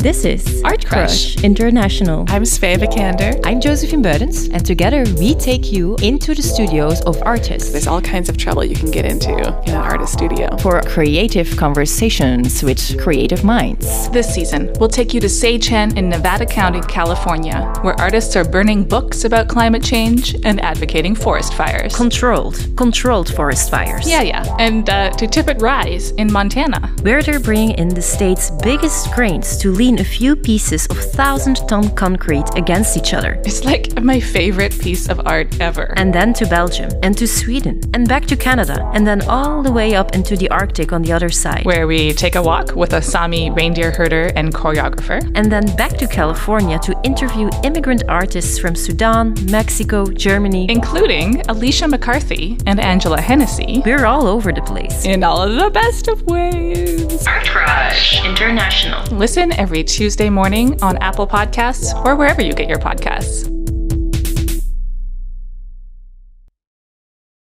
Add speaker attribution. Speaker 1: This is
Speaker 2: Art Crush.
Speaker 1: International.
Speaker 2: I'm Svea Vikander.
Speaker 3: I'm Josephine Burdens, and together we take you into the studios of artists
Speaker 2: There's all kinds of trouble you can get into in an artist studio.
Speaker 3: for creative conversations with creative minds.
Speaker 4: This season, we'll take you to Seichen in Nevada County, California, where artists are burning books about climate change and advocating forest fires.
Speaker 1: Controlled. Controlled forest fires.
Speaker 4: yeah, yeah. And uh, to Tippett Rise in Montana.
Speaker 1: Where they're bringing in the state's biggest cranes to lean a few pieces of thousand ton concrete against each other.
Speaker 4: It's like my favorite piece of art ever.
Speaker 1: And then to Belgium, and to Sweden, and back to Canada, and then all the way up into the Arctic on the other side.
Speaker 4: where we take a walk with a Sami reindeer herder and choreographer.
Speaker 1: and then back to California to interview immigrant artists from Sudan, Mexico, Germany.
Speaker 4: Including Alicia McCarthy and Angela Hennessy
Speaker 1: We're all over the place.
Speaker 4: in all of the best of ways.
Speaker 1: Art Crush International.
Speaker 4: Listen every Tuesday morning on Apple Podcasts or wherever you get your podcasts.